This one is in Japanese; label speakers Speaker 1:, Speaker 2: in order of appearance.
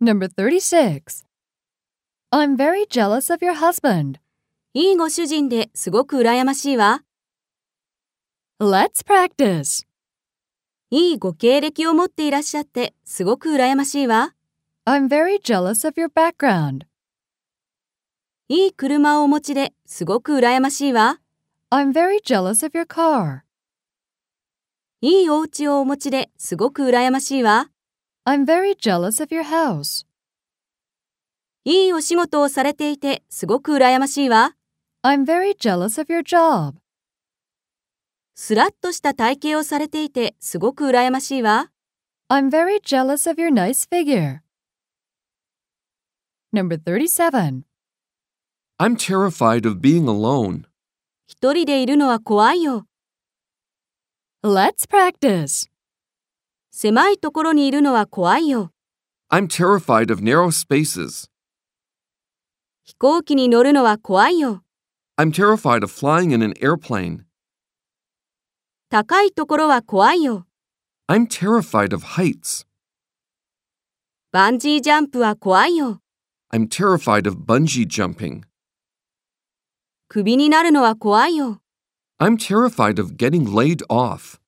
Speaker 1: Number 36. I'm very jealous of your husband.
Speaker 2: いいご主人ですごく羨ましいわ。
Speaker 1: Let's practice.
Speaker 2: いいご経歴を持っていらっしゃってすごく羨ましいわ。
Speaker 1: I'm very jealous of your background.
Speaker 2: いい車をお持ちですごく羨ましいわ。
Speaker 1: I'm very jealous of your car.
Speaker 2: いいお家をお持ちですごく羨ましいわ。
Speaker 1: I'm very jealous of your house.
Speaker 2: いいお仕事をされていてすごく羨ましいわ。
Speaker 1: I'm very jealous of your job.
Speaker 2: スラッとした体型をされていてすごく羨ましいわ。
Speaker 1: I'm very jealous of your nice figure. Number 37.
Speaker 3: I'm terrified of being alone.
Speaker 2: 一人でいるのは怖いよ。
Speaker 1: Let's practice.
Speaker 2: 狭いところにいるのは怖いよ。
Speaker 3: I'm terrified of narrow spaces.
Speaker 2: 飛行機に乗るのは怖いよ。
Speaker 3: I'm terrified of flying in an airplane.
Speaker 2: 高いところは怖いよ。
Speaker 3: I'm terrified of heights.
Speaker 2: バンジージャンプは怖いよ。
Speaker 3: I'm terrified of bungee jumping.
Speaker 2: クビになるのは怖いよ。
Speaker 3: I'm terrified of getting laid off.